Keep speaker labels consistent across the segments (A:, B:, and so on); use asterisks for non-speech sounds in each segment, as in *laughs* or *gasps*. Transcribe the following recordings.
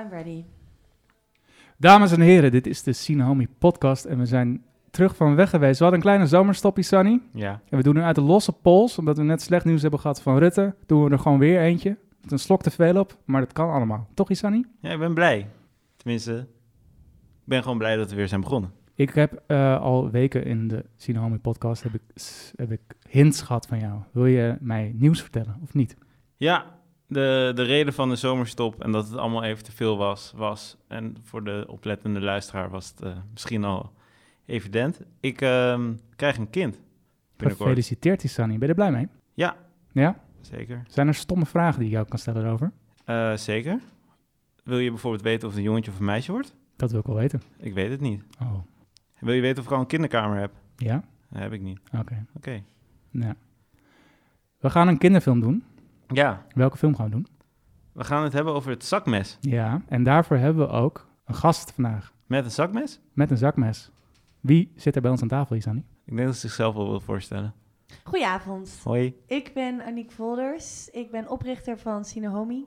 A: I'm ready.
B: Dames en heren, dit is de Sinahami podcast en we zijn terug van weg geweest. We hadden een kleine zomerstopje, Sunny.
C: Ja.
B: En we doen nu uit de losse pols, omdat we net slecht nieuws hebben gehad van Rutte, doen we er gewoon weer eentje. Met een slok te veel op, maar dat kan allemaal. Toch, Sunny?
C: ja, ik ben blij. Tenminste, ik ben gewoon blij dat we weer zijn begonnen.
B: Ik heb eh, al weken in de Sinahami podcast heb ik, s- heb ik hints gehad van jou. Wil je mij nieuws vertellen of niet?
C: Ja, de, de reden van de zomerstop en dat het allemaal even te veel was, was... en voor de oplettende luisteraar was het eh, misschien al evident. Ik ehm, krijg een kind binnenkort.
B: Gefeliciteerd, Sunny. Ben je er blij mee?
C: Ja.
B: Ja?
C: Zeker.
B: Zijn er stomme vragen die ik jou kan stellen daarover?
C: Eh, zeker. Wil je bijvoorbeeld weten of het een jongetje of een meisje wordt?
B: Dat wil ik wel weten.
C: Ik weet het niet.
B: Oh,
C: Wil je weten of ik al een kinderkamer heb?
B: ja?
C: Dat heb ik niet.
B: Oké.
C: Oké.
B: Ja. We gaan een kinderfilm doen.
C: Ja,
B: Welke film gaan we doen?
C: we gaan het hebben over het zakmes.
B: Ja. En daarvoor hebben we ook een gast vandaag
C: Met een zakmes?
B: met een zakmes. Wie zit er bij ons aan tafel, Isani?
C: Ik denk dat ze zichzelf wel wil voorstellen.
A: Goedenavond.
C: Hoi.
A: Ik ben Aniek Volders. Ik ben oprichter van Sinohomi.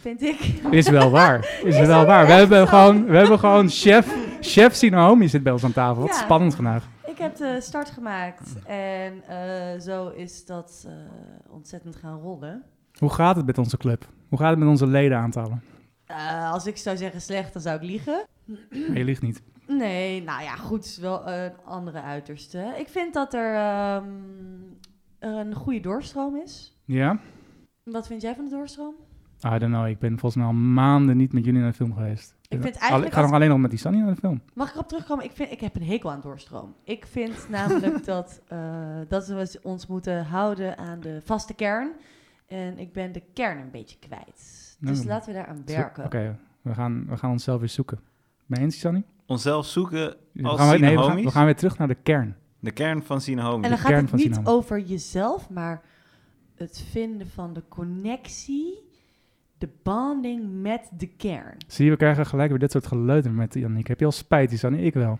A: Vind ik.
B: Is wel
A: *laughs*
B: waar. Is,
A: Is
B: wel
A: dat
B: waar. We
A: echt
B: hebben,
A: zo?
B: gewoon, we
A: *laughs*
B: hebben gewoon chef, chef Sinaomi zit bij ons aan tafel. Wat
A: Ja.
B: spannend vandaag.
A: Ik heb de start gemaakt en eh, zo is dat eh, ontzettend gaan rollen.
B: Hoe gaat het met onze club? Hoe gaat het met onze ledenaantallen?
A: Eh, als ik zou zeggen slecht, dan zou ik liegen. Mm.
B: Maar je ligt niet.
A: Nee, nou ja, goed, is wel een andere uiterste. Ik vind dat er ehm, een goede doorstroom is.
B: Ja?
A: Wat vind jij van de doorstroom?
B: I don't know. Ik ben volgens mij al maanden niet met jullie naar de film geweest.
A: vind
B: Al-
A: eigenlijk
B: ik ga nog
A: als- Dus
B: alleen nog met Isani naar de film.
A: Mag ik erop terugkomen? Ik, vind, ik heb een hekel aan doorstroom. Ik
B: *laughs*
A: vind namelijk dat, eh, dat we ons moeten houden aan de vaste kern. En ik ben de kern een beetje kwijt. Dus
B: Mm.
A: laten we daaraan werken.
B: Oké, we, gaan, we gaan onszelf weer zoeken. Mee eens, Isani?
C: Onszelf zoeken
B: We
C: als
B: gaan weer- nee, we, gaan,
C: Sinahomies.
B: we gaan weer terug naar de kern.
C: De kern van
A: En
C: Sinahomies.
A: dan
B: de
A: gaat
B: kern
A: het
B: van
A: niet
B: Sinam.
A: over jezelf, maar het vinden van de connectie, de bonding met de kern.
B: Zie je, we krijgen gelijk weer dit soort geleuter met Yannick. Heb je al spijt, Isani? Ik wel.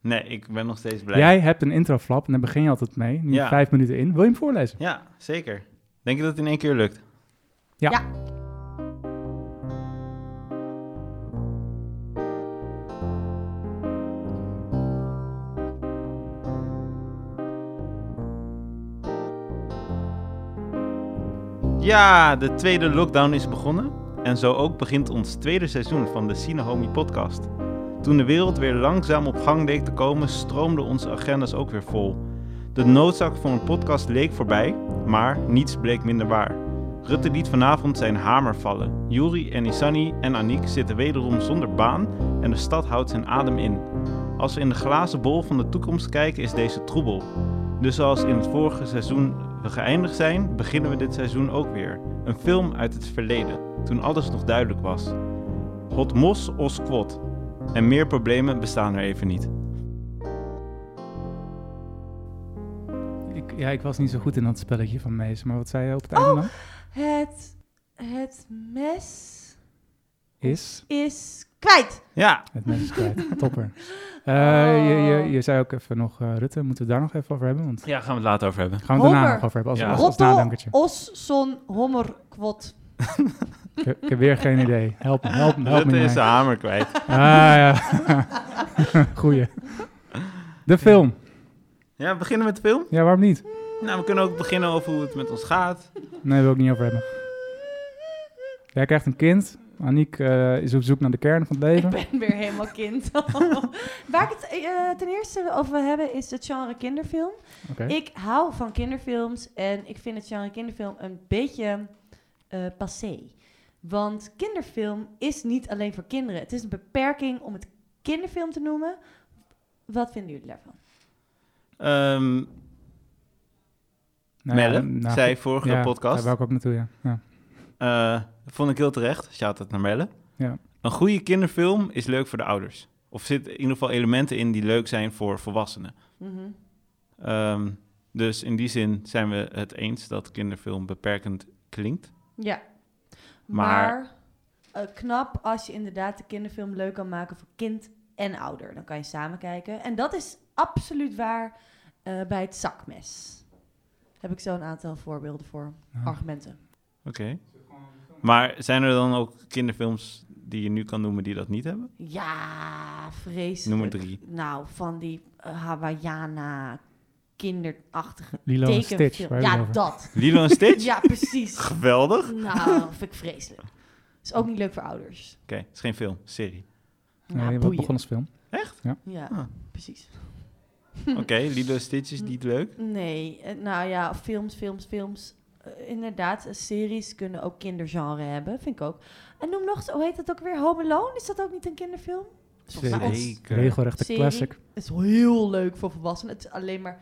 C: Nee, ik ben nog steeds blij.
B: Jij hebt een introflap en daar begin je altijd mee. Nu
C: Ja.
B: vijf minuten in. Wil je hem voorlezen?
C: Ja, zeker. Denk je dat het in één keer lukt?
B: Ja.
A: Ja.
C: Ja, de tweede lockdown is begonnen. En zo ook begint ons tweede seizoen van de Sinahomie podcast. Toen de wereld weer langzaam op gang leek te komen, stroomden onze agendas ook weer vol. De noodzaak van een podcast leek voorbij, maar niets bleek minder waar. Rutte liet vanavond zijn hamer vallen. Juri en Isani en Aniek zitten wederom zonder baan en de stad houdt zijn adem in. Als we in de glazen bol van de toekomst kijken is deze troebel. Dus zoals in het vorige seizoen we geëindigd zijn, beginnen we dit seizoen ook weer. Een film uit het verleden, toen alles nog duidelijk was. Hot mos of squat. En meer problemen bestaan er even niet.
B: Ik, ja, ik was niet zo goed in dat spelletje van Mees. Maar wat zei je op het einde dan?
A: Het, het mes
B: Is...
A: is kwijt.
C: Ja,
B: Het mes is *laughs* kwijt. Topper. Eh,
A: Oh.
B: je, je, je zei ook even nog, eh, Rutte, moeten we daar nog even over hebben? Want
C: ja, gaan we het later over hebben.
B: gaan we het daarna
A: Honger.
B: nog over hebben als,
C: Ja.
B: als, als
A: Rotto,
B: nadenkertje.
A: os, son, hommer, kwot.
B: Ik, heb- ik heb weer geen idee. Help me, help
C: *laughs*
B: me, help
C: Rutte
B: me.
C: is de
B: Jij.
C: hamer kwijt.
B: Ah, ja. *laughs*
C: *laughs*
B: Goeie. De film.
C: Ja, beginnen met de film?
B: Ja, waarom niet?
C: Nou, we kunnen ook beginnen over hoe het met ons gaat.
B: Nee, wil ik niet over hebben. Jij krijgt een kind. Aniek eh, is op zoek naar de kern van het
A: Ik
B: leven.
A: ben weer helemaal kind. *laughs* Waar ik het eh, ten eerste over wil hebben is het genre kinderfilm.
B: Oké.
A: Ik hou van kinderfilms en ik vind het genre kinderfilm een beetje eh, passé. Want kinderfilm is niet alleen voor kinderen. Het is een beperking om het kinderfilm te noemen. Wat vinden jullie daarvan?
C: Ehm
B: Nou ja,
C: Melle
B: nou,
C: zei vorige
B: ja, Daar
C: podcast,
B: wou ik ook naartoe, ja. ja.
C: eh, vond ik heel terecht, shout het naar Melle.
B: Ja.
C: Een goede kinderfilm is leuk voor de ouders. Of zit in ieder geval elementen in die leuk zijn voor volwassenen.
A: Mhm.
C: Ehm, dus in die zin zijn we het eens dat kinderfilm beperkend klinkt.
A: Ja. Maar,
C: Maar-
A: eh, knap als je inderdaad de kinderfilm leuk kan maken voor kind en ouder. Dan kan je samen kijken. En dat is absoluut waar eh, bij het zakmes. Heb ik zo een aantal voorbeelden voor.
B: Ja.
A: Argumenten.
C: Oké. Maar zijn er dan ook kinderfilms die je nu kan noemen die dat niet hebben?
A: Ja, vreselijk.
C: Nummer drie.
A: Nou, van die eh, Hawaiiana kinderachtige
B: Lilo en
A: tekenfilm.
B: Stitch, waar heb je
A: ja,
B: het
A: dat.
B: *laughs*
C: Lilo en Stitch?
A: Ja, precies.
C: Geweldig. Oké,
A: nou, vind ik vreselijk. Is ook niet leuk voor ouders.
C: het is geen film, serie.
A: Ja,
B: Nee, wat
A: boeien.
B: begon als film.
A: Ja,
C: Ah.
A: precies.
C: Oké, Lilo en Stitch is niet leuk.
A: Nee, eh, nou ja, films, films, films. Eh, inderdaad, eh, series kunnen ook kindergenre hebben, vind ik ook. En noem nog eens, hoe heet dat ook weer? Home Alone? Is dat ook niet een kinderfilm? Volgens mij ons-
B: Regelrechte
A: Serie.
B: classic.
A: Het is heel leuk voor volwassenen. Het is alleen maar...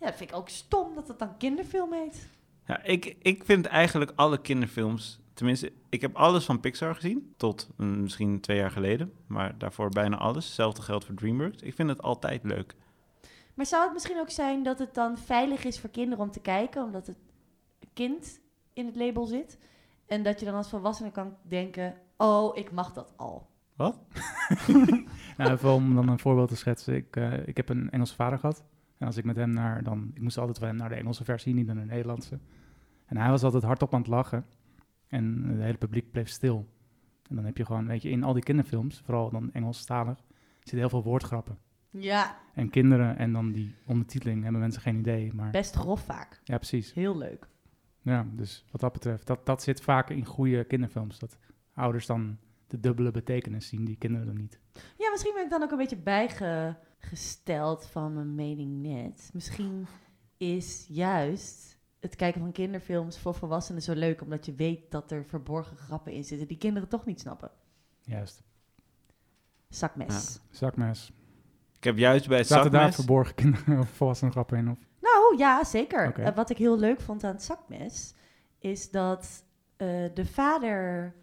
A: Ja, dat vind ik ook stom dat het dan kinderfilm heet.
C: Ja, ik, ik vind eigenlijk alle kinderfilms, tenminste, ik heb alles van Pixar gezien, tot mm, misschien twee jaar geleden, maar daarvoor bijna alles. Hetzelfde geldt voor DreamWorks. Ik vind het altijd leuk.
A: Maar zou het misschien ook zijn dat het dan veilig is voor kinderen om te kijken... omdat het kind in het label zit? En dat je dan als volwassene kan denken... oh, ik mag dat al.
B: Nou, even om dan een voorbeeld te schetsen. Ik, eh, ik heb een Engelse vader gehad. En als ik met hem naar, dan, ik moest altijd wel naar de Engelse versie, niet naar de Nederlandse. En hij was altijd hardop aan het lachen. En het hele publiek bleef stil. En dan heb je gewoon, weet je, in al die kinderfilms, vooral dan Engelstalig, zitten heel veel woordgrappen.
A: Ja,
B: En kinderen en dan die ondertiteling hebben mensen geen idee. Maar
A: best grof vaak.
B: ja, precies.
A: Heel leuk.
B: Ja, dus wat dat betreft, dat, dat zit vaak in goede kinderfilms. Dat ouders dan de dubbele betekenis zien die kinderen dan niet.
A: Ja, misschien ben ik dan ook een beetje bijgesteld van mijn mening net. Misschien is juist het kijken van kinderfilms voor volwassenen zo leuk, omdat je weet dat er verborgen grappen in zitten die kinderen toch niet snappen.
B: Juist.
A: Zakmes.
B: Zakmes.
C: Ik heb juist bij het
B: Zaten daar
C: zakmes...
B: verborgen kinderen of volwassenen grappen in? Of?
A: Nou ja, zeker.
B: Oké.
A: Eh, wat ik heel leuk vond aan het zakmes, is dat eh, de vader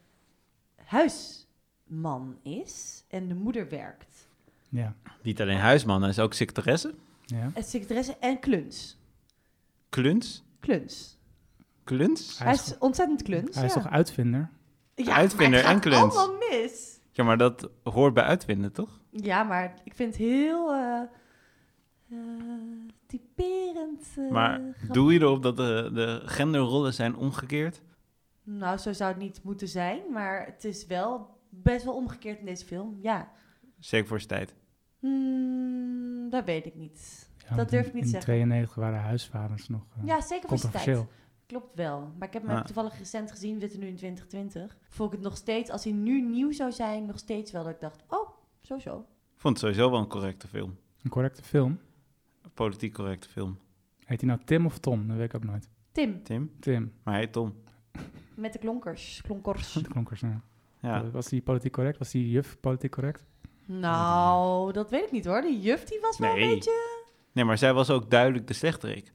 A: huisman is en de moeder werkt.
B: Ja.
C: Niet alleen huisman, hij is ook secretaresse.
B: ja.
A: En secretaresse en kluns.
C: Kluns.
A: Kluns.
C: Kluns.
A: Hij is ontzettend kluns.
B: hij is
A: ja.
B: toch uitvinder?
A: Ja,
C: Uitvinder
A: maar het
C: en
A: gaat
C: kluns.
A: allemaal mis.
C: Ja, maar dat hoort bij uitwinden, toch?
A: Ja, maar ik vind het heel eh, eh, typerend. eh,
C: maar
A: grappig.
C: doe je erop dat de, de genderrollen zijn omgekeerd?
A: Nou, zo zou het niet moeten zijn, maar het is wel best wel omgekeerd in deze film. Ja,
C: Zeker voor zijn tijd.
A: Hmm, dat weet ik niet.
B: Ja,
A: Dat
B: want
A: durf
B: in-
A: ik niet
B: In
A: zeggen.
B: 92 waren huisvaders nog eh,
A: Ja, zeker voor zijn tijd.
B: controversieel.
A: Klopt wel. Maar ik heb hem
C: Ja.
A: toevallig recent gezien, we zitten nu in 2020. Vond ik het nog steeds, als hij nu nieuw zou zijn, nog steeds wel dat ik dacht, oh, zo zo.
C: Ik vond het sowieso wel een correcte film.
B: Een correcte film.
C: Een politiek correcte film.
B: Heet hij nou Tim of Tom? Dat weet ik ook nooit.
A: Tim,
C: Tim?
A: *laughs*
B: Tim.
C: Maar hij Tom.
A: met de klonkers, klonkers.
B: De klonkers. nou.
C: Ja.
B: Was die politiek correct? Was die juf politiek correct?
A: Nou, dat weet ik niet hoor. Die juf die was wel
C: Nee.
A: een beetje...
C: Nee, maar zij was ook duidelijk de slechterik.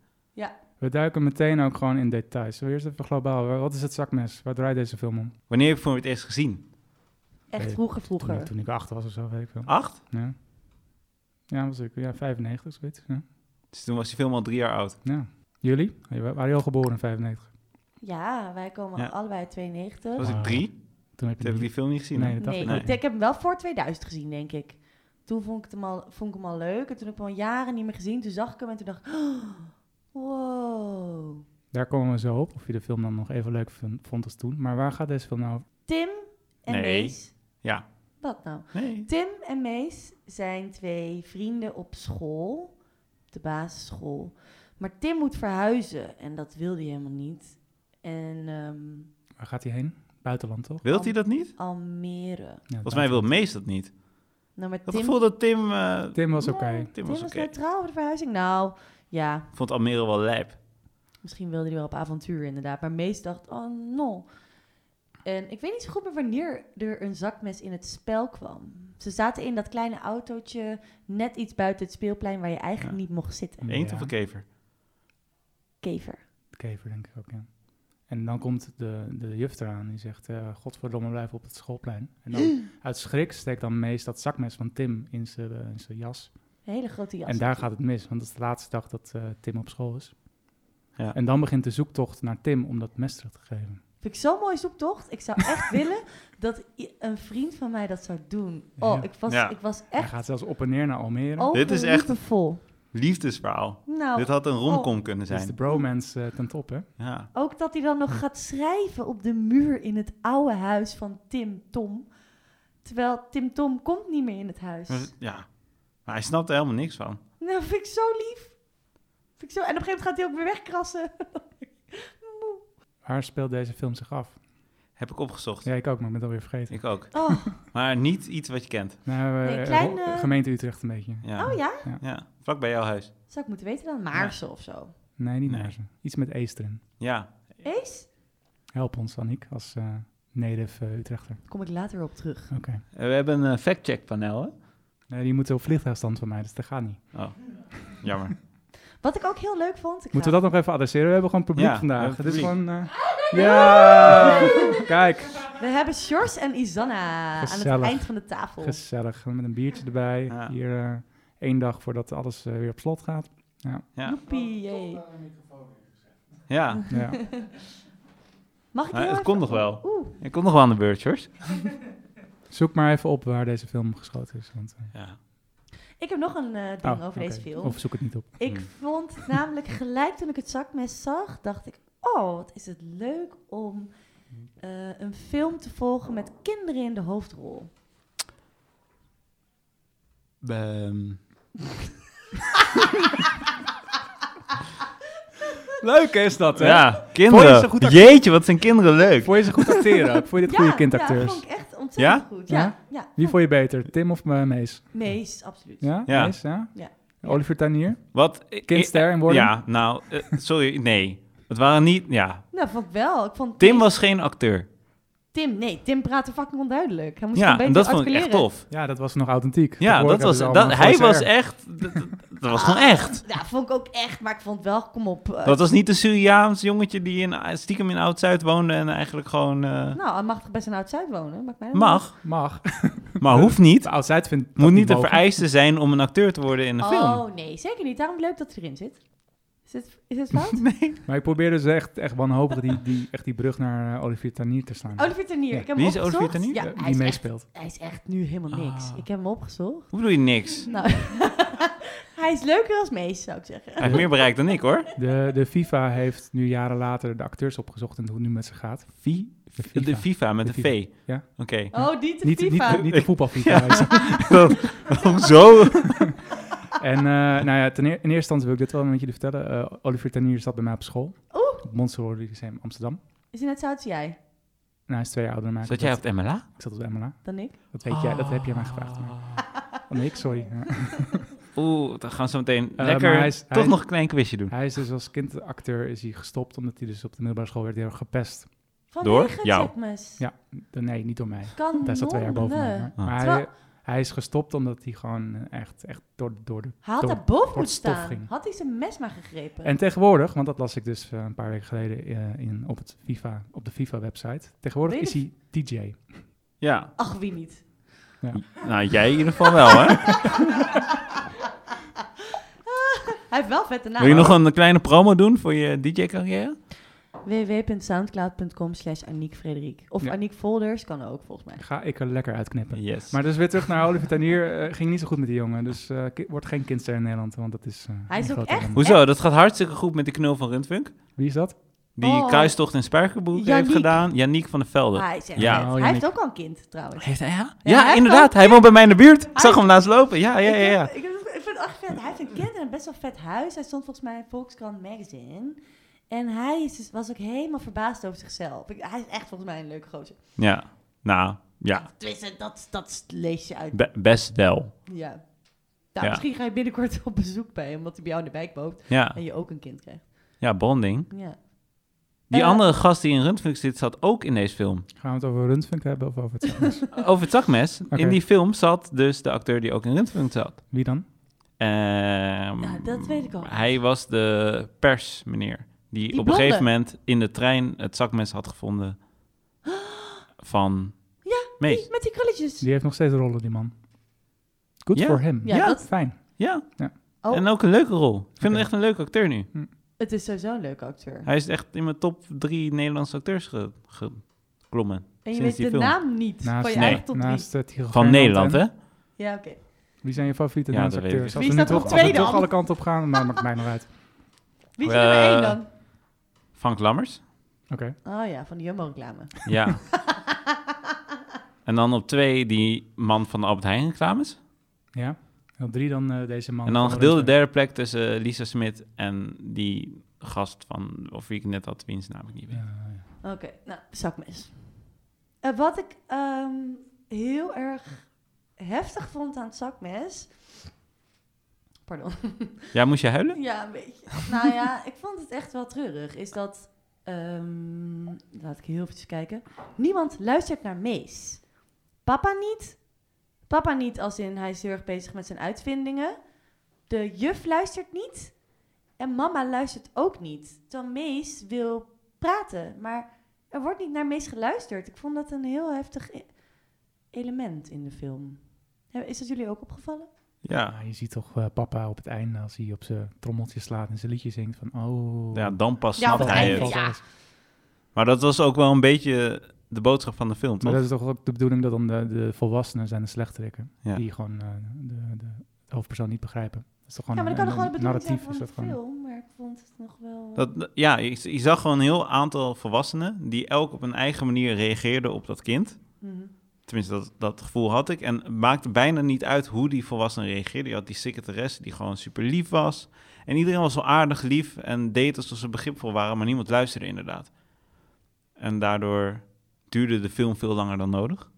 B: We duiken meteen ook gewoon in details. Zullen we eerst even globaal. Wat is het zakmes? Waar draait deze film om?
C: Wanneer heb je voor het eerst gezien?
A: Echt
B: Nee,
A: vroeger,
B: Toen,
A: vroeger.
B: ik- toen ik achter was of zo, weet ik wel.
C: Acht?
B: Ah. Ja. Ja, was ik. Ja, 95, zoiets. Ja.
C: Dus toen was die film al drie jaar oud.
B: ja. Jullie? Jullie wa- Waren jullie al geboren in 95?
A: Ja, wij komen
C: Ja.
A: allebei uit 92.
C: Toen was ik
B: Wow.
C: drie.
B: Toen heb je
C: Toen heb ik
B: die-
C: die film niet gezien.
B: Nee,
C: hè?
B: dat dacht
A: nee,
B: ik.
C: Ah. Nee.
A: ik, ik heb hem wel voor 2000 gezien, denk ik. Toen vond ik hem al, vond ik hem al leuk. En toen heb ik hem al jaren niet meer gezien. Toen zag ik hem en toen dacht ik... "Oh, wow.
B: Daar komen we zo op, of je de film dan nog even leuk vin- vond als toen. Maar waar gaat deze film nou over?
A: Tim en
C: Nee.
A: Mees...
C: Ja.
A: Wat nou?
C: Nee.
A: Tim en Mees zijn twee vrienden op school, op de basisschool. Maar Tim moet verhuizen en dat wilde hij helemaal niet. En ehm,
B: Waar gaat hij heen? Buitenland, toch?
C: Wilt hij dat niet?
A: Almere.
B: Ja,
C: Volgens mij wil
B: buitenland.
C: Mees dat niet.
A: Nou, maar
C: Ik had
A: Tim,
C: het gevoel dat Tim... eh
B: Tim was
A: Ja.
B: oké.
C: Tim
A: Tim
C: was
A: was
C: oké.
A: neutraal voor de verhuizing. Nou, ja,
C: vond Almere wel lijp.
A: misschien wilde hij wel op avontuur inderdaad. Maar Mees dacht, oh no. En ik weet niet zo goed meer wanneer er een zakmes in het spel kwam. Ze zaten in dat kleine autootje net iets buiten het speelplein waar je eigenlijk
C: Ja.
A: niet mocht zitten.
B: Ja.
C: Eend of een kever?
A: Kever.
B: De kever, denk ik ook, ja. En dan komt de, de juf eraan, die zegt, eh godverdomme, blijf op het schoolplein. En dan
A: *gasps*
B: uit schrik steekt dan Mees dat zakmes van Tim in zijn eh, in zijn jas.
A: Een hele grote jas.
B: En daar gaat het mis, want dat is de laatste dag dat eh, Tim op school is.
C: Ja.
B: En dan begint de zoektocht naar Tim om dat mes terug te geven.
A: Vind ik zo'n mooie zoektocht. Ik zou
B: *laughs*
A: echt willen dat i- een vriend van mij dat zou doen. Oh,
B: Ja.
A: ik, was,
C: Ja.
A: ik was
B: Hij
A: echt Oh.
B: gaat zelfs op en neer naar Almere.
C: Dit is echt-
A: vol.
C: Liefdesverhaal.
A: Nou,
C: Dit had een romcom kunnen
B: Dit is de
C: zijn.
B: bromance eh, ten top, hè?
C: Ja.
A: ook dat hij dan nog gaat schrijven op de muur in het oude huis van Tim Tom. Terwijl Tim Tom komt niet meer in het huis.
C: Maar, ja. Maar hij snapt er helemaal niks van.
A: Nou, vind ik zo lief. Vind ik zo... En op een gegeven moment gaat hij ook weer wegkrassen. *laughs* Moe.
B: Waar speelt deze film zich af?
C: Heb ik opgezocht.
B: Ja, ik ook, maar ik ben het alweer vergeten.
C: Ik ook.
A: Oh,
C: Maar niet iets wat je kent.
B: Nou, eh,
A: Nee, klein,
B: eh,
A: eh,
B: Gemeente Utrecht een beetje.
C: Ja.
A: oh ja?
C: Ja, vlak bij jouw huis.
A: Zou ik moeten weten dan? Maarsen of zo.
B: Nee, niet
C: Nee.
B: nee. Iets met Eesteren.
C: Ja.
A: Eens?
B: Help ons, Annick, als eh native eh, Utrechter.
A: Daar kom ik later op terug.
B: Oké.
C: Eh, We hebben een fact-check panel, hè?
B: Nee, die moeten op vliegtuigstand van mij, dus dat gaat niet.
C: Oh, jammer.
A: Wat ik ook heel leuk vond... Ik
B: Moeten
A: ga-
B: we dat nog even adresseren? We hebben gewoon publiek
C: Ja, we
B: vandaag.
C: hebben
B: Het is
C: publiek.
B: gewoon... eh,
A: Ah,
B: ja! Kijk,
A: We hebben Sjors en Isanna aan
B: Gezellig.
A: het eind van de tafel.
B: gezellig. Met een biertje erbij.
C: Ja.
B: Hier eh, één dag voordat alles eh, weer op slot gaat.
C: Ja.
A: Joepie, jee.
C: ja.
A: *laughs*
B: Ja. Ah,
A: Mag ik
C: Maar
A: heel
C: het
A: even-
C: kon nog wel.
A: Oeh,
C: Ik kom nog wel aan de beurt, George.
B: Zoek maar even op waar deze film geschoten is. Want, eh,
C: Ja.
A: ik heb nog een eh, ding
B: oh,
A: over
B: oké.
A: deze film.
B: Of zoek het niet op.
A: Ik
C: Hmm.
A: vond het
C: *laughs*
A: namelijk gelijk toen ik het zakmes zag, dacht ik, oh, wat is het leuk om eh, een film te volgen met kinderen in de hoofdrol.
B: Leuk is dat, hè?
C: Ja,
B: Vond je ze
C: kinderen.
B: goed act-
C: Jeetje, wat zijn kinderen leuk.
B: Vond je ze goed acteren? ook?
A: *laughs*
B: Vond je dit goede
A: Ja,
B: kindacteurs?
A: vond ik echt ontzettend
C: Ja?
A: goed.
B: Ja?
A: Ja, ja.
B: Wie vond je beter, Tim of eh, Mees?
A: Meest, absoluut.
B: Ja?
C: Ja.
B: Mees, ja?
A: Ja.
B: Oliver Tuinier?
C: Wat? eh,
B: Kindster en eh, worden?
C: Ja, nou, eh, sorry, nee. Het waren niet, ja.
A: Nou, vond ik wel. Ik vond
C: Tim was geen acteur.
A: Tim, nee, Tim praatte fucking onduidelijk. Hij moest
C: Ja,
A: een
C: en
A: beetje
C: dat vond ik echt
A: articuleren.
C: tof.
B: Ja, dat was nog authentiek.
C: Ja, dat
B: Tegenwoordig
C: was,
B: hebben ze
C: dat,
B: allemaal
C: hij was
B: VSR.
C: echt, dat, dat- dat was
A: Ah.
C: gewoon echt.
A: Ja, vond ik ook echt, maar ik vond wel, kom op. eh,
C: Dat was niet een Surinaams jongetje die in, stiekem in Oud-Zuid woonde en eigenlijk gewoon... eh,
A: Nou, hij mag toch best in Oud-Zuid wonen? Maakt mij dat niet
C: mag,
B: Mag.
C: maar hoeft niet.
B: De oudside vindt dat
C: Moet niet de
B: mogen.
C: vereiste zijn om een acteur te worden in een
A: uit?
C: film.
A: Oh, nee, zeker niet. Daarom leuk dat hij erin zit. Is het, is het fout?
B: Maar ik probeer dus echt, echt wanhopig die, die, echt die brug naar eh, Olivier Tuinier te slaan.
A: Olivier Tenier.
B: Ja.
A: Ik heb
C: Wie
A: hem
C: is Olivier
A: opgezocht.
C: Tenier?
A: Oh, Ja,
B: Eh,
A: hij,
B: die
A: is echt,
B: meespeelt.
A: hij is echt nu helemaal niks.
C: Ah.
A: Ik heb hem opgezocht.
C: Hoe bedoel je niks?
A: Nou, *laughs* hij is leuker als Mees, zou ik zeggen.
C: Hij heeft meer bereikt dan ik hoor.
B: De, de FIFA heeft nu jaren later de acteurs opgezocht en hoe het nu met ze gaat. de FIFA.
C: De FIFA met
B: De
C: de
B: FIFA.
C: V.
B: Ja.
C: Oké.
A: Oh, die te
B: niet,
A: FIFA.
B: niet, niet de voetbal FIFA.
A: Oh.
C: Hoezo?
B: En eh, nou ja, ten eer- in eerste instantie wil ik dit wel met jullie vertellen. Eh, Olivier Tuinier zat bij mij op school.
A: Oeh.
B: Op Montserrat Lyceum Amsterdam.
A: Is hij net zo oud als jij
B: En hij is twee jaar ouder dan mij.
C: Zat jij op het MLA?
B: Ik zat op de MLA.
A: dan ik?
B: Dat weet jij, dat heb jij mij gevraagd. maar- Oh, nee, ik, sorry. Ja.
C: Oeh, dan gaan we zo meteen
B: Eh,
C: lekker
B: maar hij is-
C: toch
B: hij-
C: nog een klein quizje doen.
B: Hij is dus als kindacteur is hij gestopt, omdat hij dus op de middelbare school werd heel erg gepest.
A: Vanwege
C: Door?
A: het
C: Jou.
A: Jackmes.
B: Ja. De- Nee, niet door mij.
A: Kan
B: Hij zat twee jaar boven mij. Maar,
C: Ah.
B: maar hij,
A: Terwijl-
B: hij is gestopt omdat hij gewoon eh, echt, echt door, door de...
A: Hij had
B: Door-
A: daar boven
B: door het
A: moeten
B: stof
A: staan.
B: ging.
A: Had hij zijn mes maar gegrepen.
B: En tegenwoordig, want dat las ik dus eh, een paar weken geleden eh, in, op, het FIFA, op de FIFA-website. Tegenwoordig
A: Ben
B: is
A: je
B: hij DJ.
C: Ja.
A: Ach, wie niet?
C: Nou, jij in ieder geval
A: *laughs*
C: wel hè.
A: Hij heeft wel vette naam.
C: Wil je nog een kleine promo doen voor je DJ-carrière?
A: www.soundcloud.com slash Aniek Frederik. Of
B: Ja.
A: Aniek Volders kan ook, volgens mij.
B: Ga ik er lekker uitknippen.
C: Yes.
B: Maar dus weer terug naar Olivier Tanier. eh, ging niet zo goed met die jongen. Dus eh, ki- wordt geen kindster in Nederland, want dat is. eh,
A: Hij is
B: een
A: ook
B: grote
A: echt-
B: ellende.
C: Hoezo? Dat gaat hartstikke goed met de knul van Rundfunk.
B: Wie is dat?
C: Die
A: Oh.
C: kruistocht in Spijkerboek heeft
A: Janiek.
C: gedaan. Janiek van der Velde.
A: Ah, hij is echt
C: Ja.
A: vet.
B: Oh,
A: hij
B: Yannick.
A: heeft ook al een kind, trouwens.
C: Heeft hij, ja?
A: Ja, Ah. hij
C: Ja,
A: heeft
C: inderdaad.
A: ook-
C: Hij woont bij mij in de buurt. Ik
A: Hij-
C: zag hem laatst lopen. Ja, Oh, ja, ja.
A: Ik,
C: ja.
A: heb- ik, heb- ik vind het echt vet. Hij heeft een kind en een best wel vet huis. Hij stond volgens mij in Volkskrant Magazine. En hij is dus- was ook helemaal verbaasd over zichzelf. Ik- hij is echt volgens mij een leuke gozer.
C: Ja, nou, ja,
A: Tenminste, dat, dat lees je uit.
C: be- best wel.
A: Ja. Nou,
C: Ja.
A: Misschien ga je binnenkort op bezoek bij hem, want hij bij jou in de wijk woont.
C: Ja,
A: En je ook een kind krijgt.
C: ja bonding.
A: Ja.
C: Die
A: Eh,
C: andere gast die in Rundfunk zit, zat ook in deze film.
B: Gaan we het over Rundfunk hebben of
A: *laughs*
B: over het anders?
C: Over het zakmes.
B: Oké.
C: In die film zat dus de acteur die ook in Rundfunk zat.
B: Wie dan?
C: Ehm,
A: Ja, dat weet ik al.
C: Hij was de persmeneer die,
A: Die
C: op een gegeven
A: blonde.
C: moment in de trein het zakmes had gevonden
A: *gasps*
C: van
A: Ja,
C: Mees.
A: Die met die krulletjes.
B: Die heeft nog steeds rollen, die man. Good
C: Ja.
B: for him.
A: Ja, dat-
B: fijn.
C: Ja,
A: Oh,
C: en ook een leuke rol. Ik vind hem
B: Oké.
C: echt een leuke acteur nu.
A: het is sowieso een leuke acteur.
C: Hij is echt in mijn top drie Nederlandse acteurs ge- geklommen.
A: En
C: sinds
A: je weet
C: die
A: de
C: film.
A: naam niet van je
C: nee,
A: eigen top drie.
B: naast eh, Tigo
C: Van
B: Fernand
C: Nederland,
B: en-
C: hè?
A: Ja, oké.
B: Wie zijn je favoriete
C: Ja,
B: Nederlandse
C: dat weet
A: niet.
B: acteurs? Als
C: ik
B: we
A: Wie
B: nu
A: staat
B: toch,
A: op
B: als we
A: tweede
B: toch
A: dan?
B: alle kanten op gaan, maar maakt mij nog uit. *laughs*
A: Wie is er nummer
C: Eh,
A: één dan?
C: Frank Lammers.
B: Oké.
A: *laughs* Oh ja, van die Jumbo-reclame.
C: Ja. En dan op twee die man van de Albert Heijn reclames.
B: Ja. En op drie dan eh, deze man.
C: En dan
B: van
C: gedeelde
B: Orange.
C: derde plek tussen eh, Lisa Smit en die gast van, of wie ik net had, wiens naam ik niet weet.
B: Ja, ja.
A: Oké, nou, zakmes. Eh, wat ik ehm, heel erg heftig vond aan het zakmes... Pardon.
C: Ja, moest je huilen?
A: Ja, een beetje. Nou ja, ik vond het echt wel treurig. Is dat... ehm, laat ik heel even kijken. Niemand luistert naar Mees. Papa niet. Papa niet als in hij is heel erg bezig met zijn uitvindingen. De juf luistert niet. En mama luistert ook niet. Terwijl Mees wil praten. Maar er wordt niet naar Mees geluisterd. Ik vond dat een heel heftig e- element in de film. He- Is dat jullie ook opgevallen?
C: Ja.
B: Ja, je ziet toch eh, papa op het einde als hij op zijn trommeltje slaat en zijn liedje zingt van oh.
C: Ja, dan pas
A: Ja, op
C: snapt
A: het
C: hij
A: einde,
C: het.
A: ja.
C: Maar dat was ook wel een beetje de boodschap van de film,
B: Maar
C: toch?
B: dat is toch ook de bedoeling dat dan de, de volwassenen zijn de slechterikken.
C: Ja.
B: Die gewoon eh, de, de hoofdpersoon niet begrijpen. Dat is toch gewoon
A: ja, maar dat kan
B: een-
A: nog wel
B: een
A: de bedoeling zijn
B: narratief.
A: van
B: Is
A: de
B: dat gewoon,
A: film. Maar ik vond het nog wel...
C: Dat, ja, je, je zag gewoon een heel aantal volwassenen die elk op hun eigen manier reageerden op dat kind.
A: Mhm.
C: Tenminste, dat, dat gevoel had ik. En het maakte bijna niet uit hoe die volwassenen reageerden. Je had die secretaresse die gewoon super lief was. En iedereen was wel aardig lief en deed alsof ze begripvol waren, maar niemand luisterde inderdaad. En daardoor duurde de film veel langer dan nodig.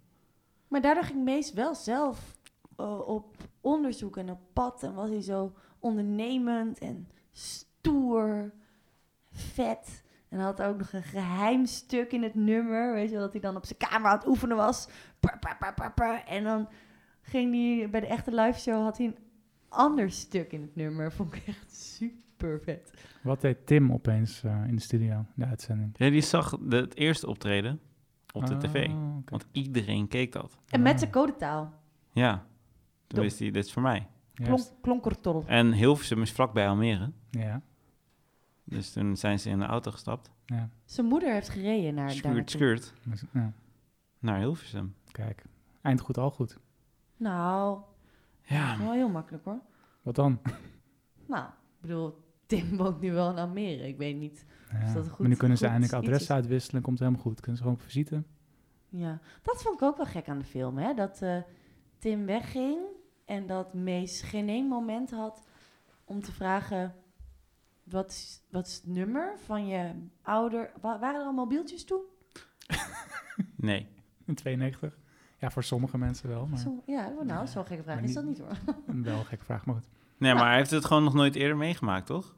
A: Maar daardoor ging Mees wel zelf eh, op onderzoek en op pad. En was hij zo ondernemend en stoer, vet. En had ook nog een geheim stuk in het nummer. Weet je, wel, dat hij dan op zijn kamer aan het oefenen was. Pa, pa, pa, pa, pa. En dan ging hij bij de echte live show had hij een ander stuk in het nummer. Vond ik echt super vet.
B: Wat deed Tim opeens eh, in de studio, in de uitzending?
C: Ja, die zag de, het eerste optreden op de
B: Ah,
C: tv.
B: oké.
C: Want iedereen keek dat.
A: En met
B: Ah,
A: zijn codetaal.
C: Ja,
A: Dom.
C: toen wist hij, dit is voor mij.
B: juist.
A: Klonk, klonkertol.
C: En Hilversum is vlakbij Almere.
B: Ja,
C: Dus toen zijn ze in de auto gestapt.
B: ja.
A: Zijn moeder heeft gereden naar daar
C: Schuurt,
A: naartoe.
C: schuurt.
B: Maar ze- ja,
C: Naar Hilversum.
B: Kijk, eind goed, al goed.
A: Nou,
C: Ja,
A: wel heel makkelijk hoor.
B: Wat
A: *laughs*
B: dan?
A: Nou, ik bedoel, Tim *laughs* woont nu wel in Almere. Ik weet niet.
B: Ja,
A: dat goed-
B: maar nu kunnen ze
A: goed
B: eindelijk
A: iets
B: adres
A: is?
B: uitwisselen, komt helemaal goed. Kunnen ze gewoon op visite?
A: Ja, dat vond ik ook wel gek aan de film, hè? Dat eh, Tim wegging en dat Mees geen één moment had om te vragen... Wat is, wat is het nummer van je ouder... Wa- waren er al mobieltjes toen?
C: nee.
B: In 92? Ja, voor sommige mensen wel, maar
A: Zo, ja, nou, zo'n gekke vraag
B: maar
A: is
B: niet-
A: dat niet hoor.
B: wel een gekke vraag. Maar goed.
C: Nee, maar
A: Nou.
C: hij heeft het gewoon nog nooit eerder meegemaakt, toch?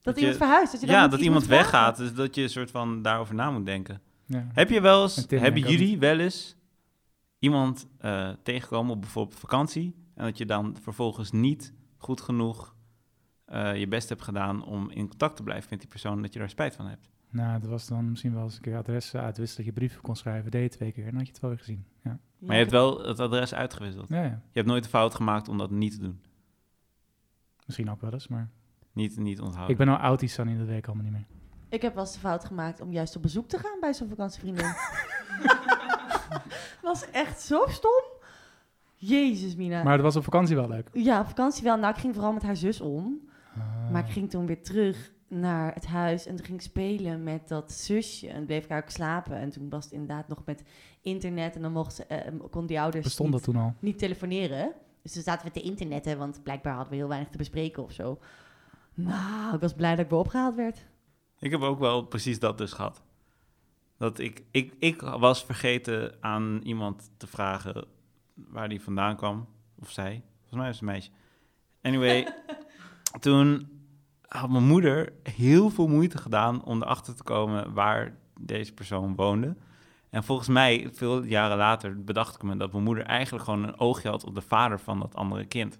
A: Dat
C: je-
A: iemand verhuist, dat je dan
C: ja,
A: moet-
C: dat
A: iets
C: iemand
A: moet vragen.
C: weggaat, dus dat je een soort van daarover na moet denken.
B: Ja.
C: Heb je wel eens,
B: En Tim
C: hebben
B: denk ik ook
C: jullie wel eens iemand eh, tegengekomen op bijvoorbeeld vakantie en dat je dan vervolgens niet goed genoeg eh, je best hebt gedaan om in contact te blijven met die persoon, dat je daar spijt van hebt?
B: Nou, dat was dan misschien wel eens een keer adres uitwisselen, dat je brieven kon schrijven. Deed je twee keer, dan had je het wel weer gezien. Ja,
C: Maar je hebt wel het adres uitgewisseld.
B: ja, ja.
C: Je hebt nooit de fout gemaakt om dat niet te doen.
B: misschien ook wel eens, maar
C: Niet, niet onthouden.
B: ik ben al oud, die Sunny, dat weet ik allemaal niet meer.
A: Ik heb wel eens de fout gemaakt om juist op bezoek te gaan bij zo'n vakantievriendin. was echt zo stom. Jezus, Mina.
B: Maar het was op vakantie wel leuk.
A: Ja, op vakantie wel. Nou, ik ging vooral met haar zus om.
B: Ah,
A: Maar ik ging toen weer terug naar het huis en toen ging ik spelen met dat zusje. En bleef ik daar ook slapen. En toen was het inderdaad nog met internet. En dan mochten ze, eh, kon die ouders
B: Bestond
A: niet,
B: dat toen al?
A: niet telefoneren. Dus toen zaten we te internetten, want blijkbaar hadden we heel weinig te bespreken of zo. Nou, ik was blij dat ik weer opgehaald werd.
C: Ik heb ook wel precies dat dus gehad. Dat ik, ik, ik was vergeten aan iemand te vragen waar die vandaan kwam. Of zij. Volgens mij was het een meisje. Anyway, toen had mijn moeder heel veel moeite gedaan om erachter te komen waar deze persoon woonde. En volgens mij, veel jaren later, bedacht ik me dat mijn moeder eigenlijk gewoon een oogje had op de vader van dat andere kind.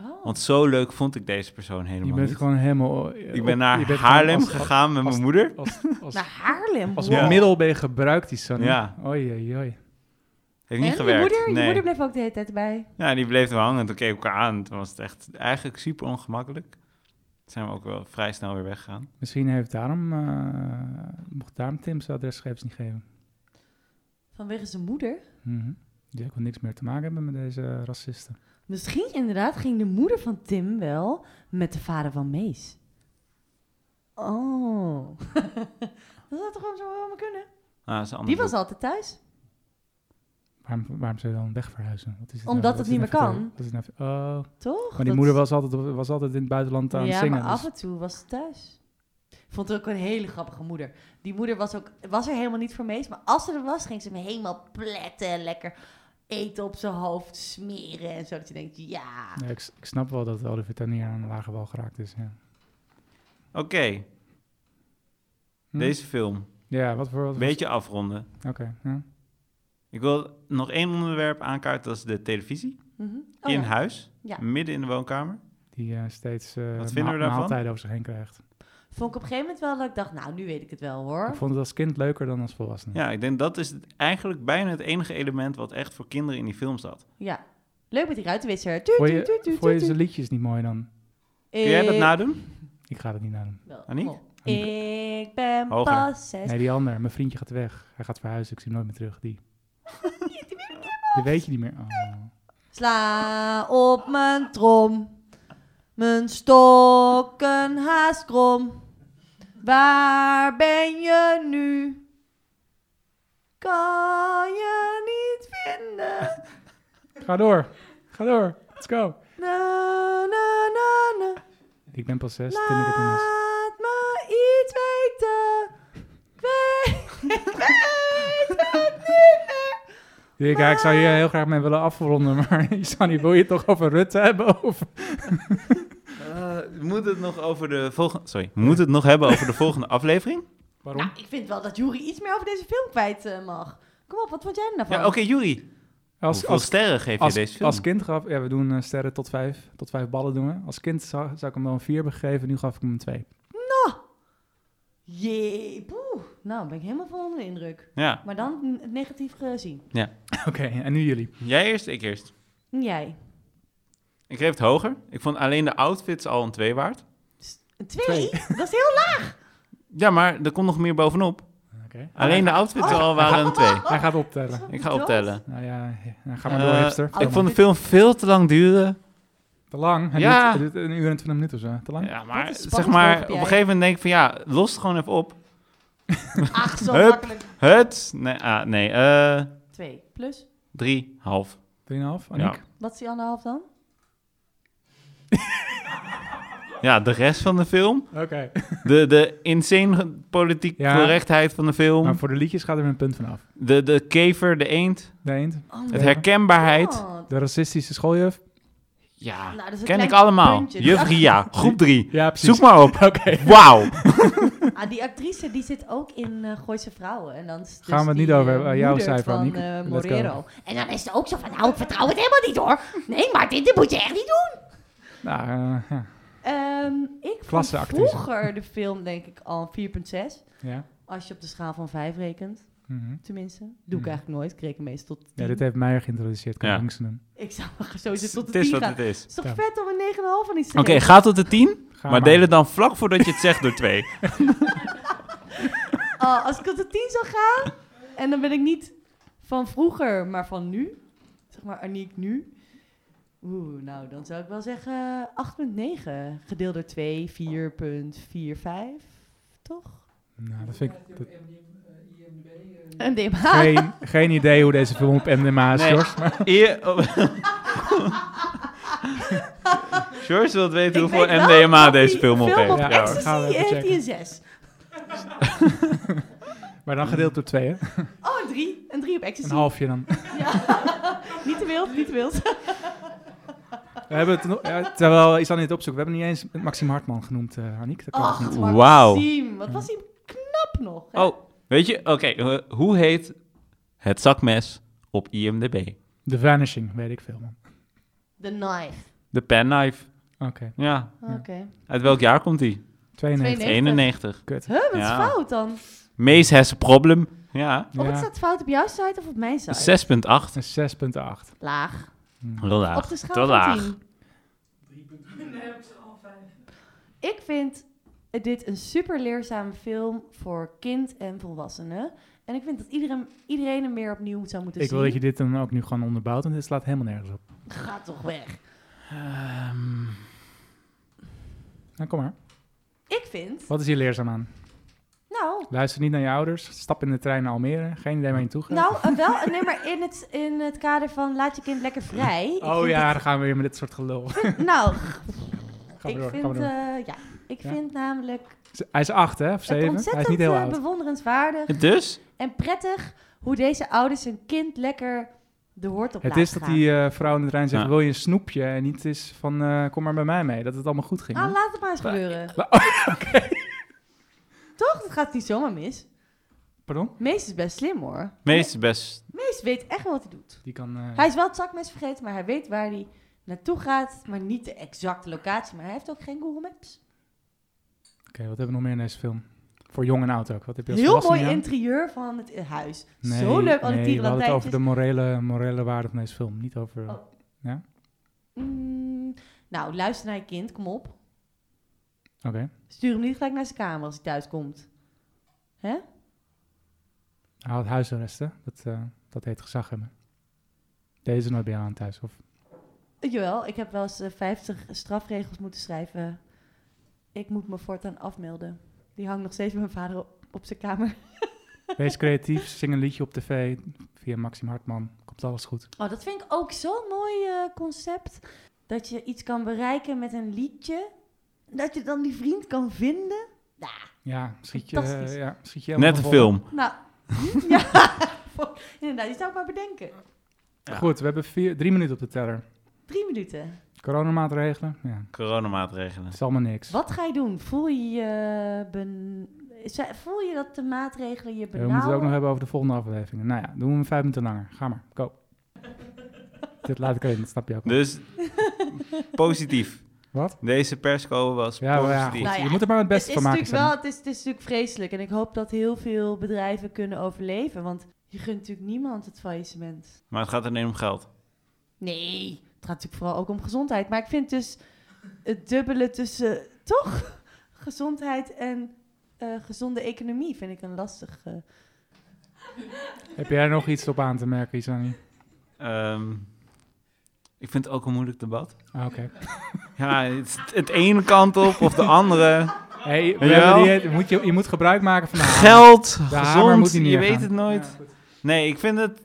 A: Oh.
C: Want zo leuk vond ik deze persoon helemaal
B: Je bent
C: niet.
B: gewoon helemaal... eh,
C: Ik
B: op-
C: ben naar
B: je bent gewoon
C: Haarlem
B: als-
C: gegaan met
B: als-
C: mijn moeder.
B: Als,
A: *laughs*
B: als,
A: Naar Haarlem.
B: als
A: wow.
C: Ja.
B: middel ben je gebruikt, die Sunny.
C: Ja.
B: Oei, oei, oei.
C: Heeft niet
A: En
C: gewerkt.
A: Je moeder,
C: nee.
A: je moeder bleef ook de hele tijd bij.
C: Ja, die bleef er hangen. Toen keek ik elkaar aan. Toen was het echt eigenlijk super ongemakkelijk. Toen zijn we ook wel vrij snel weer weggegaan.
B: Misschien heeft daarom, eh, mocht daarom Tim zijn adresgegevens niet geven.
A: Vanwege zijn moeder.
B: Mhm. Die ook wel niks meer te maken hebben met deze racisten.
A: Misschien inderdaad ging de moeder van Tim wel met de vader van Mees. *laughs* Oh. dat zou toch gewoon zo helemaal kunnen?
C: Ah, dat is een ander
A: Die was
C: boek.
A: altijd thuis.
B: Waarom, waarom zou je dan wegverhuizen? Wat is dit
A: Omdat
B: wat
A: het
B: is
A: niet
B: dit
A: meer
B: nou voor
A: kan.
B: te- wat is dit nou voor- oh.
A: Toch?
B: Maar die
A: Dat-
B: moeder was altijd, was altijd in het buitenland aan het
A: ja,
B: zingen.
A: maar
B: dus-
A: af en toe was ze thuis. Ik vond het ook een hele grappige moeder. Die moeder was, ook, was er helemaal niet voor meest. Maar als ze er was, ging ze hem helemaal pletten. Lekker eten op zijn hoofd, smeren en zo. Dat je denkt, ja.
B: Ja, ik, s- ik snap wel dat Oliver Tenier aan de lage wal geraakt is. Ja,
C: Oké,
B: Hm?
C: deze film.
B: ja wat voor... Wat was-
C: Beetje afronden.
B: Oké, ja.
C: Ik wil nog één onderwerp aankaarten, dat is de televisie.
A: Mhm. Oh,
C: in
A: ja.
C: huis,
A: Ja.
C: midden in de woonkamer.
B: Die eh, steeds eh
C: Wat vinden we daarvan?
B: maaltijden over zich heen krijgt.
A: Vond ik op een gegeven moment wel dat ik dacht, nou, nu weet ik het wel hoor.
B: Ik vond het als kind leuker dan als volwassene.
C: Ja, ik denk dat is het- eigenlijk bijna het enige element wat echt voor kinderen in die film zat.
A: Ja. Leuk met die ruitenwisser.
B: Vond je, vond je zijn liedjes niet mooi dan?
C: Kun jij
A: Eh.
C: dat nadoen?
B: Ik ga dat niet nadoen.
A: Wel,
C: Aniek?
A: kom op. Ik ben
C: Hoger.
A: pas zes.
B: Nee, die ander. Mijn vriendje gaat weg. Hij gaat verhuizen. Ik zie hem nooit meer terug. *laughs* Die. Die weet je niet meer. Oh.
A: Sla op mijn trom, mijn stokken haast krom. Waar ben je nu? Kan je niet vinden.
B: Ga door. Ga door. Let's go.
A: Na, na, na, na.
B: Ik ben pas zes. Tim, ik heb een mes.
A: Laat me iets weten. Ik weet, *laughs* ik weet het niet meer.
B: Ik, ja, ik zou hier heel graag mee willen afronden, *laughs* maar je zou niet, wil je het toch over Rutte hebben? Of...
C: Eh, moet het nog over de volgende. Sorry, moet het nog hebben over de volgende aflevering?
B: Waarom?
A: Nou, ik vind wel dat Jury iets meer over deze film kwijt eh, mag. Kom op, wat vond jij er nou van?
C: Ja, oké, Juri.
B: als,
C: Hoeveel
B: als,
C: sterren geef je
B: als,
C: deze film?
B: als kind gaf... Ja, we doen eh, sterren tot vijf, tot vijf ballen doen we. Als kind zou, zou ik hem wel een vier hebben gegeven. Nu gaf ik hem een twee. *laughs*
A: Jee, poeh. Nou, ben ik helemaal vol onder de indruk.
C: Ja,
A: Maar dan n- het negatief gezien.
B: Oké, en nu jullie.
C: jij eerst, ik eerst.
A: Jij.
C: Ik geef het hoger. Ik vond alleen de outfits al een twee waard.
A: Een twee?
B: Twee.
A: Dat is heel
C: Ja, maar er komt nog meer bovenop.
B: Oké.
C: Alleen de outfits al waren een twee.
B: Hij gaat optellen.
A: laag.
C: Ah. Ik ga optellen.
B: Nou ja, ja, ga maar door,
C: Eh,
B: hipster.
C: ik
B: Vertel
C: vond
B: maar.
C: de film veel te lang duren.
B: Te lang. Hij
C: Ja.
B: duurt- het duurt een uur en twintig minuten of zo. Te lang?
C: Ja, maar
A: Wat een
C: zeg maar, op
A: spanningsboog
C: een
A: heb
C: gegeven moment denk ik van ja, los het gewoon even op.
A: Ach, zo
C: Hup.
A: makkelijk.
C: Het, nee, ah, nee, eh,
A: Twee. Plus,
C: drie, half.
B: 3,5,
C: Ja.
B: Aniek?
A: wat is die anderhalf dan?
C: ja, de rest van de film,
B: Oké.
C: de, de insane politiek
B: Ja.
C: correctheid van de
B: Maar
C: film,
B: voor de liedjes gaat er een punt vanaf.
C: de, de kever, de eend,
B: De eend,
A: Oh,
C: het
A: my
C: herkenbaarheid.
A: god.
B: de racistische schooljuf.
C: Ja,
A: Oh, Nou, dat is een
C: ken
A: klein
C: ik allemaal.
A: puntje.
C: Juf Ria, groep
A: *laughs*
C: drie.
B: Ja,
C: Zoek maar op.
B: *laughs* Oké.
C: Wauw.
A: Ah, die actrice die zit ook in eh Gooise Vrouwen. En dan is dus
B: Gaan we het
A: die,
B: niet over
A: eh,
B: hebben, jouw
A: moeder
B: cijfer,
A: van
B: Aniek.
A: eh,
B: Let's go.
A: Morero. En dan is ze ook zo van, nou, ik vertrouw het helemaal niet hoor. Nee, maar dit, dit moet je echt niet doen.
B: Nou, eh, ja.
A: Ehm, ik vond
B: Klasseactrice.
A: vroeger de film denk ik al een 4.6.
B: ja.
A: Als je op de schaal van 5 rekent,
B: Mhm.
A: tenminste. Doe ik
B: Hmm.
A: eigenlijk nooit. Ik reken meestal tot 10.
B: ja, dit heeft Meijer geïntroduceerd. Kan
C: Ja.
B: ja. doen.
A: Ik zou maar sowieso tot
C: Het
A: de 10
C: is wat
A: gaan.
C: het
A: *laughs*
C: is.
A: Het is toch
B: Ja.
A: vet om een 9,5 van iets te
C: Oké,
A: geven?
C: ga tot de tien,
B: Ga
C: maar deel het dan vlak voordat je het zegt door twee.
A: Ah, als ik tot de 10 zou gaan, en dan ben ik niet van vroeger, maar van nu. Zeg maar Aniek nu. Oeh, nou, dan zou ik wel zeggen 8,9. Gedeeld door 2, 4,45. Toch?
B: Nou, dat vind ik... dat-
A: Een DMH.
B: geen, geen idee hoe deze film op MDMA is,
C: Nee.
B: Jos. Maar
A: *laughs*
C: Eer- oh. George wilt weten
A: Ik
C: hoeveel
A: weet wel
C: MDMA
A: dat
C: deze
A: die
C: film op
A: film
C: heeft.
A: op
B: Ja,
C: Ja, hoor.
A: Ecstasy
B: Extra- Gaan we even
A: heeft hij
B: checken.
A: een 6.
B: maar dan gedeeld door twee, hè?
A: Oh, een 3. Een 3 op Ecstasy.
B: Een halfje dan.
A: Ja. *laughs* niet te wild, niet te
B: *laughs*
A: wild.
B: We hebben het, nog- ja, terwijl, ik zal niet opzoeken. We hebben niet eens Maxime Hartman genoemd, eh Aniek. Dat kan toch niet?
A: Ach, Maxime.
C: Wauw.
A: Wat was hij knap nog. hè?
C: Oh, weet je, oké, eh, hoe heet het zakmes op IMDb?
B: The Vanishing, weet ik veel, man.
A: The Knife.
C: De penknife.
B: Oké.
C: Ja,
A: Oké.
C: uit welk jaar komt die?
B: 92.
C: 91.
B: Kut.
A: Huh, wat is
C: Ja.
A: fout dan?
C: Mees has a problem. Ja,
A: Of het
B: Ja,
A: staat fout op jouw site of op mijn site?
C: 6,8.
B: een 6,8.
A: Laag.
C: Heel
A: Op
C: laag.
A: de schaal
C: Ah, Te
A: van
C: laag.
A: 10. Ik vind dit een super leerzame film voor kind en volwassenen. En ik vind dat iedereen, iedereen hem meer opnieuw zou moeten
B: Ik
A: zien.
B: wil dat je dit dan ook nu gewoon onderbouwt, want dit slaat helemaal nergens op.
A: Ga toch weg.
C: Ehm,
B: Nou, kom maar.
A: Ik vind,
B: Oh. Wat is hier leerzaam aan?
A: Nou,
B: Luister niet naar je ouders. Stap in de trein naar Almere. Geen idee waar je naartoe gaat.
A: nou eh, wel, nee, maar in het, in het kader van laat je kind lekker vrij. Ik
B: oh
A: vind
B: ja, dan gaan we weer met dit soort gelul. *laughs*
A: het- nou,
B: Gaan we
A: ik
B: door, gaan
A: vind,
B: we door.
A: eh, ja, ik
B: Ja.
A: vind namelijk
B: Hij is acht, hè? Of
A: het
B: zeven? Hij is
A: ontzettend
B: niet heel
A: eh,
B: oud.
A: bewonderenswaardig
C: Dus?
A: en prettig hoe deze ouders hun kind lekker de hoort op
B: Het
A: laten
B: is dat
A: gaan.
B: die eh, vrouw in de trein zegt,
C: Ja.
B: wil je een snoepje? En niet is van, eh, kom maar bij mij mee. Dat het allemaal goed ging. hè?
A: Ah, laat het maar eens
B: *laughs*
A: gebeuren.
B: La-
A: Toch? Dat gaat niet zomaar mis.
B: Pardon?
A: Mees is best slim hoor.
C: Meest best.
A: Mees weet echt wel wat hij doet.
B: Die kan... eh,
A: Hij is wel het zakmes vergeten, maar hij weet waar hij naartoe gaat. Maar niet de exacte locatie. Maar hij heeft ook geen Google Maps.
B: Oké, wat hebben we nog meer in deze film? Voor jong en oud ook. Wat heb je als
A: Heel
B: volwassene
A: mooi
B: aan?
A: interieur van het eh, huis.
B: Nee,
A: Zo leuk, al die
B: nee, we hadden het over
A: tierenlantijntjes.
B: de morele, morele waarde van deze film. Niet over...
A: Oh. Mm, nou, luister naar je kind, kom op.
B: Oké.
A: Stuur hem niet gelijk naar zijn kamer als hij thuis komt.
B: Hij had huisarrest, hè? Dat, eh, dat heet gezag hebben. Deze nooit bij jou aan thuis, of?
A: Eh, Jawel, ik heb wel eens eh, 50 strafregels moeten schrijven. Ik moet me voortaan afmelden. Die hangt nog steeds bij mijn vader op, op zijn kamer.
B: Wees creatief, zing een liedje op tv via Maxim Hartman. Komt alles goed.
A: Oh, dat vind ik ook zo'n mooi eh, concept. Dat je iets kan bereiken met een liedje. Dat je dan die vriend kan vinden.
B: Ja, schiet je... eh,
A: Fantastisch.
B: ja, schiet je helemaal
C: Net een
B: van wal.
C: film.
A: Nou, *laughs* ja, inderdaad, die zou ik maar bedenken.
C: Ja.
B: Goed, we hebben vier, drie minuten op de teller.
A: Drie minuten.
B: Coronamaatregelen? Ja,
C: Coronamaatregelen.
B: het is allemaal niks.
A: Wat ga je doen? Voel je je... ben- Zij- Voel je dat de maatregelen je
B: we moeten het ook nog
A: benauwen?
B: hebben over de volgende aflevering. Nou ja, doen we hem vijf minuten langer. Ga maar, go.
A: *laughs*
B: Dit laat ik even, dat snap je ook. wel.
C: Dus *laughs* positief.
B: Wat?
C: Deze persco was
B: Ja, maar ja,
C: positief.
A: Nou
B: goed.
A: ja,
B: je moet er maar het
A: Het
B: beste
A: is,
B: van maken.
A: natuurlijk wel,
B: Sam.
A: het, is, het is natuurlijk vreselijk. En ik hoop dat heel veel bedrijven kunnen overleven. Want je gunt natuurlijk niemand het faillissement.
C: Maar het gaat alleen om geld.
A: Nee, het gaat natuurlijk vooral ook om gezondheid. Maar ik vind dus het dubbele tussen, *laughs* toch, gezondheid en eh, gezonde economie vind ik een lastig... eh.
B: Heb jij er nog iets op aan te merken, Isani?
C: Ehm, ik vind het ook een moeilijk debat.
B: Ah, Oké.
C: Ja, het, is het ene kant op of de
B: *laughs*
C: andere.
B: Nou, Hey, we
C: Jawel.
B: hebben die- je, moet je, je moet gebruik maken van de hamer.
C: Geld,
B: De hamer
C: gezond,
B: moet niet
C: je
B: neergaan.
C: weet het nooit.
B: Ja, goed.
C: Nee, ik vind het...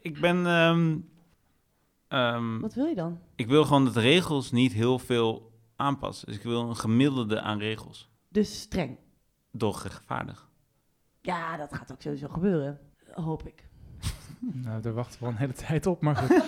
C: Ik ben... ehm, ehm,
A: Wat wil je dan?
C: ik wil gewoon dat de regels niet heel veel aanpassen. Dus ik wil een gemiddelde aan regels.
A: Dus streng.
C: Doch rechtvaardig.
A: Ja, dat gaat ook sowieso gebeuren. Hoop ik.
B: Nou, daar wachten we al een hele tijd op, maar goed.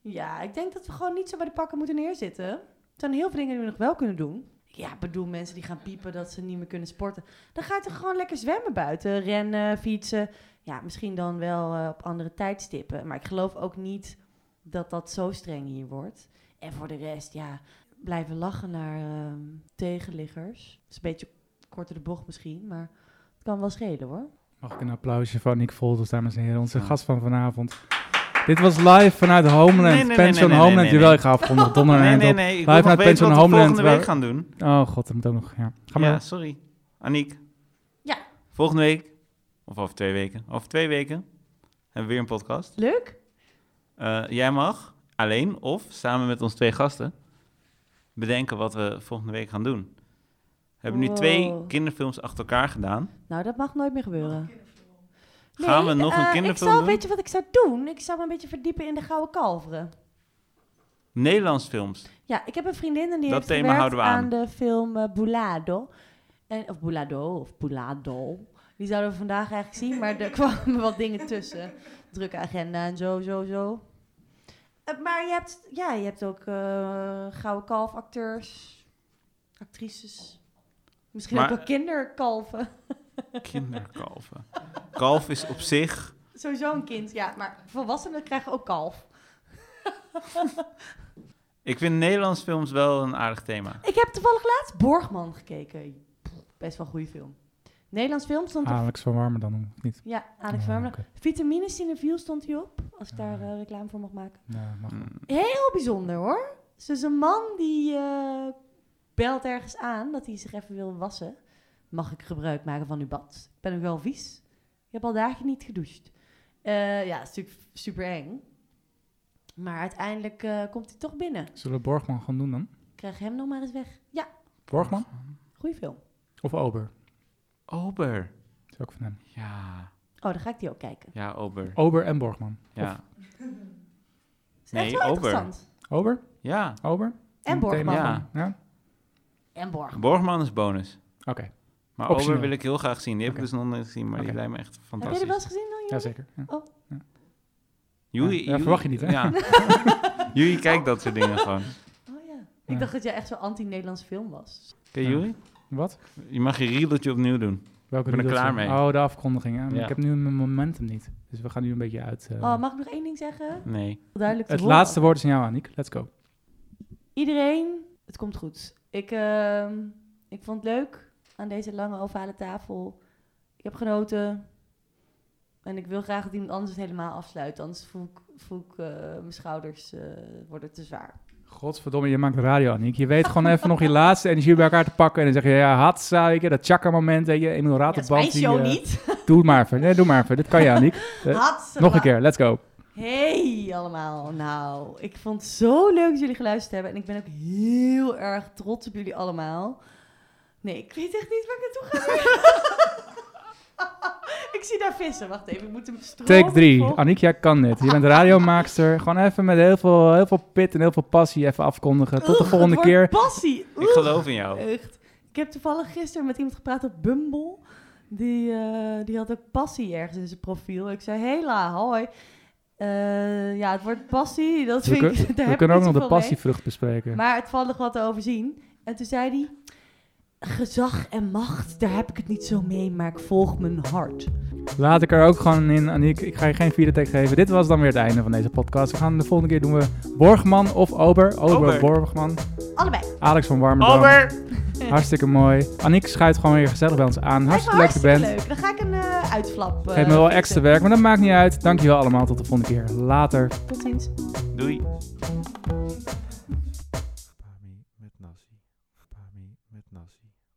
A: Ja, ik denk dat we gewoon niet zo bij de pakken moeten neerzitten. Er zijn heel veel dingen die we nog wel kunnen doen. Ja, ik bedoel, mensen die gaan piepen dat ze niet meer kunnen sporten. Dan ga je toch gewoon lekker zwemmen buiten, rennen, fietsen. Ja, misschien dan wel eh, op andere tijdstippen. Maar ik geloof ook niet dat dat zo streng hier wordt. En voor de rest, ja, blijven lachen naar ehm, tegenliggers. Dat is een beetje korter de bocht misschien, maar het kan wel schelen hoor.
B: Mag ik een applausje van Nick Volters, dames en heren, onze gast van vanavond. Dit was live vanuit Homeland,
C: Nee, nee, nee,
B: Pension
C: nee, nee,
B: Homeland.
C: nee, nee.
B: Jawel, ik ga afronden, donder
C: Nee,
B: en
C: nee,
B: eind
C: nee.
B: Wij
C: Ik wil nog
B: vanuit
C: weten
B: Pension
C: wat we
B: Homeland
C: volgende week
B: wel-
C: gaan doen.
B: op. Oh god, dat moet ook nog, ja. Ga maar.
C: Ja, sorry. Aniek.
A: Ja.
C: Volgende week, of over twee weken, over twee weken, hebben we weer een podcast.
A: Leuk?
C: Eh, jij mag, alleen of samen met ons twee gasten, bedenken wat we volgende week gaan doen. We hebben nu
A: Wow.
C: twee kinderfilms achter elkaar gedaan.
A: Nou, dat mag nooit meer gebeuren.
C: Gaan we
A: Nee,
C: nog een
A: eh,
C: kinderfilm
A: ik zou,
C: doen?
A: Weet je wat ik zou doen? Ik zou me een beetje verdiepen in de Gouden Kalveren.
C: Nederlands films.
A: Ja, ik heb een vriendin en die
C: Dat
A: heeft
C: thema
A: gewerkt
C: houden we aan.
A: de film eh, Bulado. En, of Bulado, of Bulado. Die zouden we vandaag eigenlijk zien, maar
C: *laughs*
A: er kwamen wat dingen tussen. Drukke agenda en zo, zo, zo. Eh, maar je hebt, ja, je hebt ook eh gouden kalfacteurs, actrices. Misschien
C: Maar-
A: ook wel kinderkalven. *laughs*
C: Kinderkalven. Kalf is op zich...
A: Sowieso een kind, ja. Maar volwassenen krijgen ook kalf.
C: Ik vind Nederlands films wel een aardig thema.
A: Ik heb toevallig laatst Borgman gekeken. Best wel een goede film. Nederlands film stond er...
B: Alex van Warmer dan, of niet?
A: Ja, Alex
B: Ah,
A: van Warmerdam.
B: oké.
A: Vitamine Cineviel stond hij op, als ik daar
B: Ah.
A: eh, reclame voor mag maken.
B: Ja, mag wel.
C: Mm,
A: Heel bijzonder hoor. Dus er is een man die eh, belt ergens aan dat hij zich even wil wassen. Mag ik gebruik maken van uw bad? Ik ben nog wel vies. Ik heb al dagen niet gedoucht. Eh, ja, is natuurlijk super eng. Maar uiteindelijk eh, komt hij toch binnen.
B: Zullen we Borgman gaan doen dan?
A: Ik krijg hem nog maar eens weg. Ja,
B: Borgman?
A: goede film.
B: Of Ober,
C: Ober.
B: is ook van hem.
C: Ja,
A: Oh, dan ga ik die ook kijken.
C: ja, Ober.
B: Ober en Borgman.
C: Ja,
A: Is
C: Nee,
A: echt wel
C: Ober.
A: interessant.
B: Ober?
C: ja.
B: Ober?
A: En Borgman.
C: Ja.
B: Ja?
A: En Borgman.
C: Borgman is bonus.
B: Oké,
C: Maar
B: Optioneel.
C: Ober wil ik heel graag zien. Die heb
B: Oké.
C: ik dus nog nooit gezien, maar die
B: Oké.
C: lijkt me echt
A: Heb je die
C: fantastisch.
A: wel eens gezien dan? Jordi?
B: jazeker. Ja.
C: Joey-
B: Ja,
C: Joey-
B: verwacht je niet, hè? *laughs*
C: Ja. Joey kijkt dat soort dingen gewoon.
A: Oh ja. Ik
B: Ja.
A: dacht dat jij echt zo'n anti-Nederlands film was.
C: Oké,
B: Ja.
C: Joey?
B: Wat?
C: Je mag je riedeltje opnieuw doen.
B: Welke
C: Ik ben er
B: doet dat
C: klaar
B: zo?
C: mee.
B: Oh, de afkondiging. hè. Maar
C: Ja.
B: Ik heb nu mijn momentum niet. Dus we gaan nu een beetje uit. eh,
A: Oh, mag ik nog één ding zeggen?
C: Nee.
A: Duidelijk te
B: het
A: horen.
B: laatste woord is aan jou, Aniek. Let's go.
A: Iedereen, het komt goed. Ik, ehm, ik vond het leuk aan deze lange ovale tafel. Ik heb genoten. En ik wil graag dat iemand anders het helemaal afsluit. Anders voel ik, voel ik eh, mijn schouders eh, worden te zwaar.
B: Godverdomme, je maakt radio, Aniek. Je weet gewoon even
A: *laughs*
B: nog je laatste energie bij elkaar te pakken. En dan zeg je, ja, hatsa, weet je, dat chakka-moment. weet je, Emil
A: Ja, dat is
B: Ratenband.
A: mijn
B: die,
A: show
B: eh,
A: niet.
B: Doe maar even. Nee, doe maar even. Dit kan je,
A: *laughs*
B: Aniek. eh,
A: Hatsela.
B: Nog een keer, let's go.
A: Hey allemaal. Nou, ik vond het zo leuk dat jullie geluisterd hebben. En ik ben ook heel erg trots op jullie allemaal. Nee, ik weet echt niet waar ik naartoe ga. *laughs* ik zie daar vissen. Wacht even, ik moet hem stroom
B: Take Ah, 3.
A: volgen.
B: Aniek, jij kan dit. Je bent radiomaakster. Gewoon even met heel veel, heel veel pit en heel veel passie even afkondigen. Tot de
A: Ugh,
B: volgende
A: Oh, het wordt
B: keer.
A: Passie.
C: Ik geloof in jou.
A: Echt. Ik heb toevallig gisteren met iemand gepraat op Bumble. Die, eh, die had ook passie ergens in zijn profiel. Ik zei, hela, hoi. Eh, ja, het wordt passie. Dat
B: We
A: vind
B: kun-
A: ik, *laughs* daar
B: We
A: heb
B: kunnen
A: ik niet
B: ook nog de
A: zoveel mee.
B: passievrucht bespreken.
A: Maar het valt nog wat te overzien. En toen zei hij: Gezag en macht, daar heb ik het niet zo mee, maar ik volg mijn hart.
B: Laat ik er ook gewoon in, Aniek. Ik ga je geen vierde tekst geven. Dit was dan weer het einde van deze podcast. We gaan de volgende keer doen we Borgman of Ober. Ober,
C: Ober.
B: Borgman.
A: Allebei.
B: Alex van Warmerdam. Hartstikke mooi. Aniek schuift gewoon weer gezellig bij ons
A: Lijkt
B: aan.
A: me
B: Hartstikke leuk dat je bent.
A: leuk. Dan ga ik een eh, uitflap. eh,
B: Geef me wel
A: fixen.
B: extra werk, maar dat maakt niet uit. Dankjewel allemaal. Tot de volgende keer. Later.
A: Tot ziens.
C: Doei.
D: Pami met nasi. Pami met nasi.